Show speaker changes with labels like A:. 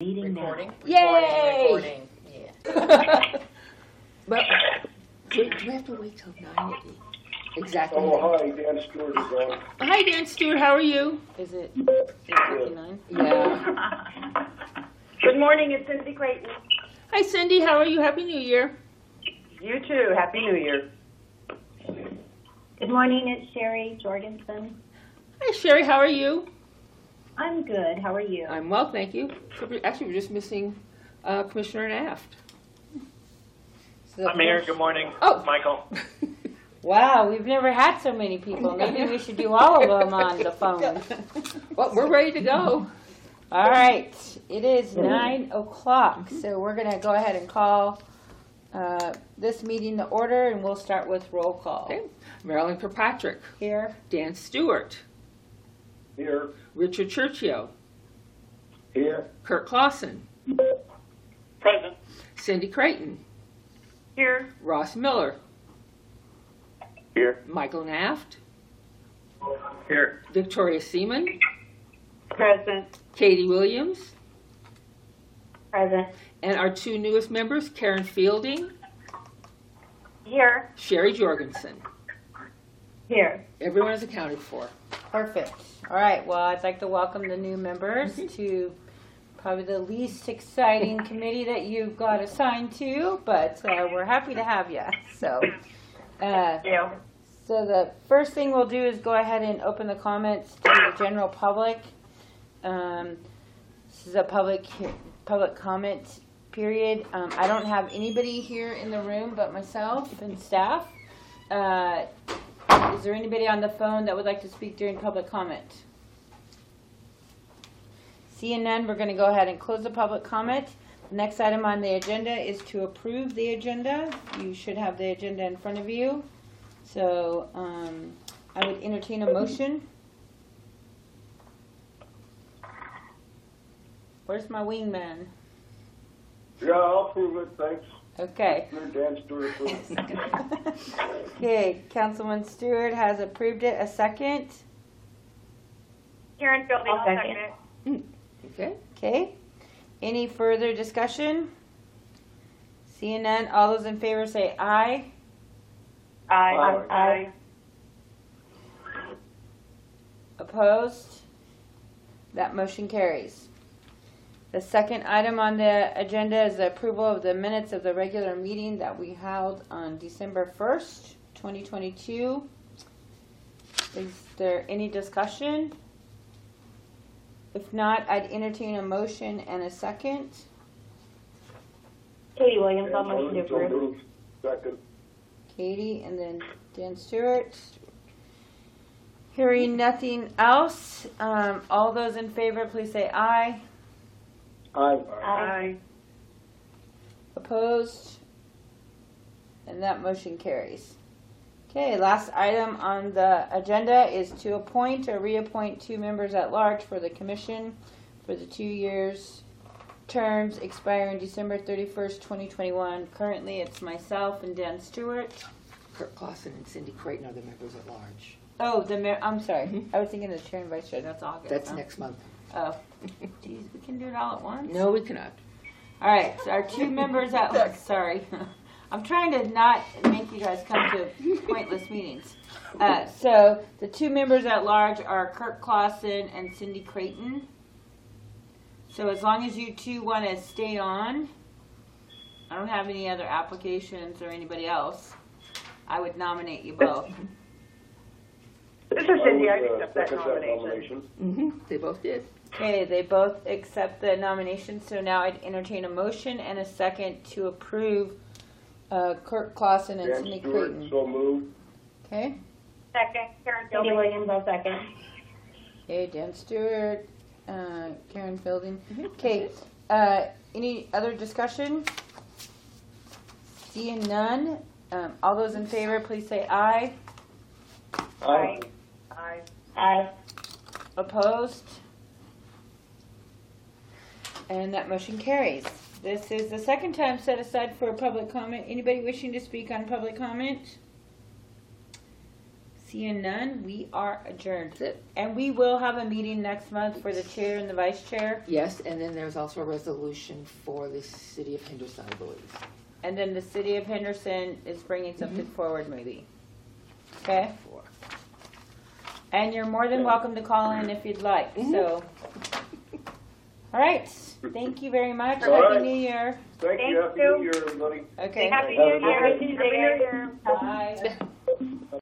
A: Meeting now.
B: Recording?
C: Yay!
B: Recording, recording, yeah.
C: But we, do we have to wait till nine? at the- Exactly.
D: Oh, hi, Dan Stewart is on.
C: Hi, Dan Stewart. How are you?
B: Is it
C: Yeah.
E: Good morning, it's Cindy Clayton.
C: Hi, Cindy. How are you? Happy New Year.
E: You too, Happy New Year.
F: Good morning, it's Sherry Jorgensen.
C: Hi, Sherry. How are you?
F: I'm good, how are you?
C: I'm well, thank you. Actually, we're just missing uh, Commissioner Naft.
G: I'm here. Good morning.
C: Oh.
G: Michael.
H: Wow, we've never had so many people. Maybe we should do all of them on the phone.
C: Well, we're ready to go.
H: All right, it is
C: Mm-hmm.
H: nine o'clock, so we're gonna go ahead and call uh, this meeting to order, and we'll start with roll call.
C: Okay. Marilyn Kirkpatrick,
H: Here,
C: Dan Stewart,
D: Here,
C: Richard Churchio,
D: here,
C: Kurt Clausen,
G: Present.
C: Cindy Creighton,
E: Here,
C: Ross Miller,
G: Here.
C: Michael Naft,
G: Here.
C: Victoria Seaman,
E: present.
C: Katie Williams,
F: Present.
C: and our two newest members, Karen Fielding,
E: Here.
C: Sherry Jorgensen.
F: Here.
C: Everyone is accounted for.
H: perfect. All right, well, I'd like to welcome the new members to probably the least exciting committee that you've got assigned to, but uh, we're happy to have you, so. uh,
E: Yeah.
H: So the first thing we'll do is go ahead and open the comments to the general public. Um, This is a public, he- public comment period. Um, I don't have anybody here in the room but myself and staff. Uh, Is there anybody on the phone that would like to speak during public comment? Seeing none, we're gonna go ahead and close the public comment. The Next item on the agenda is to approve the agenda. You should have the agenda in front of you. So, um, I would entertain a motion. Where's my wingman?
D: yeah, I'll prove it, thanks,
H: Okay.
D: Mr. Dan Stewart.
H: Okay, Councilman Stewart has approved it, a second,
E: Karen Fielding,
F: I'll
E: I'll second
F: second.
E: it.
C: Okay?
H: okay? Any further discussion? Seeing none, all those in favor say aye.
E: Aye.
F: Aye.
H: Opposed? That motion carries. The second item on the agenda is the approval of the minutes of the regular meeting that we held on December 1st, 2022. Is there any discussion? If not, I'd entertain a motion and a second.
F: Katie Williams, I'll motion to
D: Dan so
F: approve.
D: moved. Second,
H: Katie and then Dan Stewart. Hearing nothing else, um, all those in favor, please say aye.
D: aye.
E: Aye.
H: Opposed? And that motion carries. Okay, last item on the agenda is to appoint or reappoint two members at large for the commission for the two years terms expiring December thirty-first, twenty twenty-one. Currently, it's myself and Dan Stewart.
C: Kurt Clausen and Cindy Creighton are the members at large.
H: Oh, the mayor, I'm sorry,
C: Mhm.
H: I was thinking the chair and vice chair, that's August.
C: That's
H: huh?
C: next month.
H: Oh, geez, we can do it all at once?
C: No, we cannot.
H: All right, so our two members at, oh, sorry. I'm trying to not make you guys come to pointless meetings. Uh, so the two members at large are Kirk Clausen and Cindy Creighton. So as long as you two want to stay on, I don't have any other applications or anybody else. I would nominate you both.
E: This is Cindy, I
D: would, uh,
E: accept that
D: second
E: nomination.
C: hmm They both did.
H: Okay, they both accept the nomination, so now I'd entertain a motion and a second to approve uh, Kirk Clausen and
D: Dan
H: Cindy
D: Stewart,
H: Creighton.
D: so moved.
H: Okay.
E: Second, Karen
F: Katie
E: Fielding.
F: Williams, I'll second.
H: Okay, Dan Stewart, uh, Karen Fielding.
C: Mm-hmm.
H: Okay, uh, any other discussion? Seeing none, um, all those in favor, please say aye.
D: Aye.
E: Aye.
F: Aye.
H: Opposed? And that motion carries. This is the second time set aside for a public comment. Anybody wishing to speak on public comment? Seeing none, we are adjourned.
C: That's it.
H: And we will have a meeting next month for the chair and the vice chair,
C: Yes, and then there's also a resolution for the city of Henderson, I believe.
H: and then the city of Henderson is bringing something
D: Mm-hmm.
H: forward maybe. Okay? And you're more than welcome to call in if you'd like,
D: Mm-hmm.
H: so. All right, thank you very much.
D: All
H: Happy
D: right.
H: New Year.
D: Thank you,
E: Thank
D: happy
E: you.
D: new year, everybody.
H: Okay.
E: Happy
D: Have a
E: New
D: good
E: Year.
D: day.
E: Happy New Year.
H: Bye.